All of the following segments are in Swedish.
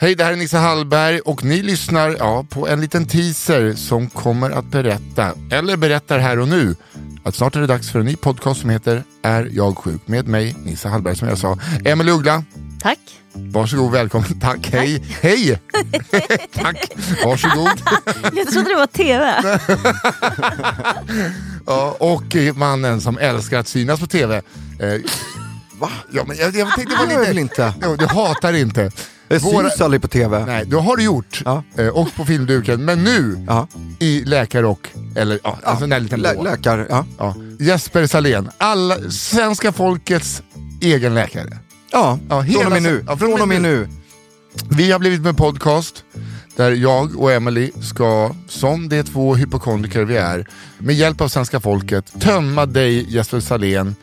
Hej, det här är Nisse Hallberg och ni lyssnar ja, på en liten teaser som kommer att berätta, eller berättar här och nu, att snart är det dags för en ny podcast som heter Är jag sjuk? Med mig, Nisse Hallberg, som jag sa. Emil Uggla, Tack. varsågod, välkommen. Tack, hej. Hej! Tack, varsågod. Jag trodde det var tv. Ja, och eh, mannen som älskar att synas på tv. Eh, Va? Ja, men jag, jag tänkte det var Det gör jag väl lite... inte. Jo, Du hatar inte. Jag Våra- syns aldrig på tv. Nej, det har du gjort. Ja. Eh, Och på filmduken. Men nu Ja. i läkarrock, eller ja, alltså en sån där liten Lä- låt. läkare, ja. Ja. Jesper Salén, alla, svenska folkets egen läkare. Ja, Ja, från hela och med se- nu. ja, från och med nu. Vi har blivit med podcast där jag och Emily ska, som de två hypokondriker vi är, med hjälp av svenska folket tömma dig Jesper Salén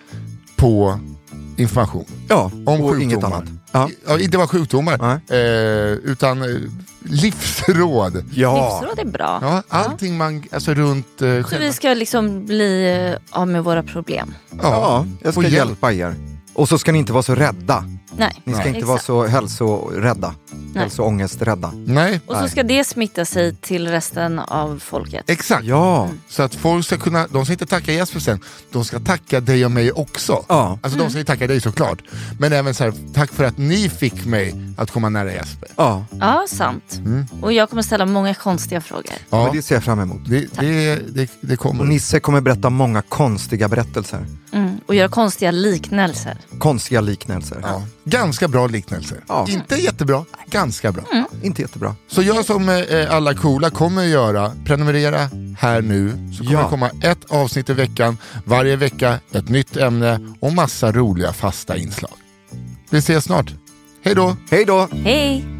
på information. Ja, Om och sjukdomar. inget annat. Ja. Ja, inte bara sjukdomar, Nej. eh, utan eh, livsråd. ja. Livsråd är bra. Ja, allting man, alltså runt eh, Så själva- vi ska liksom bli eh, av med våra problem. ja, jag ska Och hjälp. hjälpa er. Och så ska ni inte vara så rädda. Nej. Ni ska inte vara så hälsorädda. Hälsoångesträdda. Nej, Och så ska det smitta sig till resten av folket. exakt. Ja, Så att folk ska kunna, de ska inte tacka Jesper sen, de ska tacka dig och mig också. Ja. Alltså de ska ju tacka dig såklart. Men även så här, tack för att ni fick mig att komma nära Jesper. Mm. ja. Ja, sant. Och jag kommer ställa många konstiga frågor. Men Ja, det ser jag fram emot. det, det, det, det Och kommer. Nisse kommer berätta många konstiga berättelser. Mm. Och göra konstiga liknelser. Konstiga liknelser. Ja. Ganska bra liknelse. Ja. Inte jättebra, ganska bra. Inte jättebra. Så gör som eh, alla coola kommer att göra, prenumerera här nu. Så kommer Ja. det komma ett avsnitt i veckan, varje vecka ett nytt ämne och massa roliga fasta inslag. Vi ses snart. Hej då! Hej då! Hej!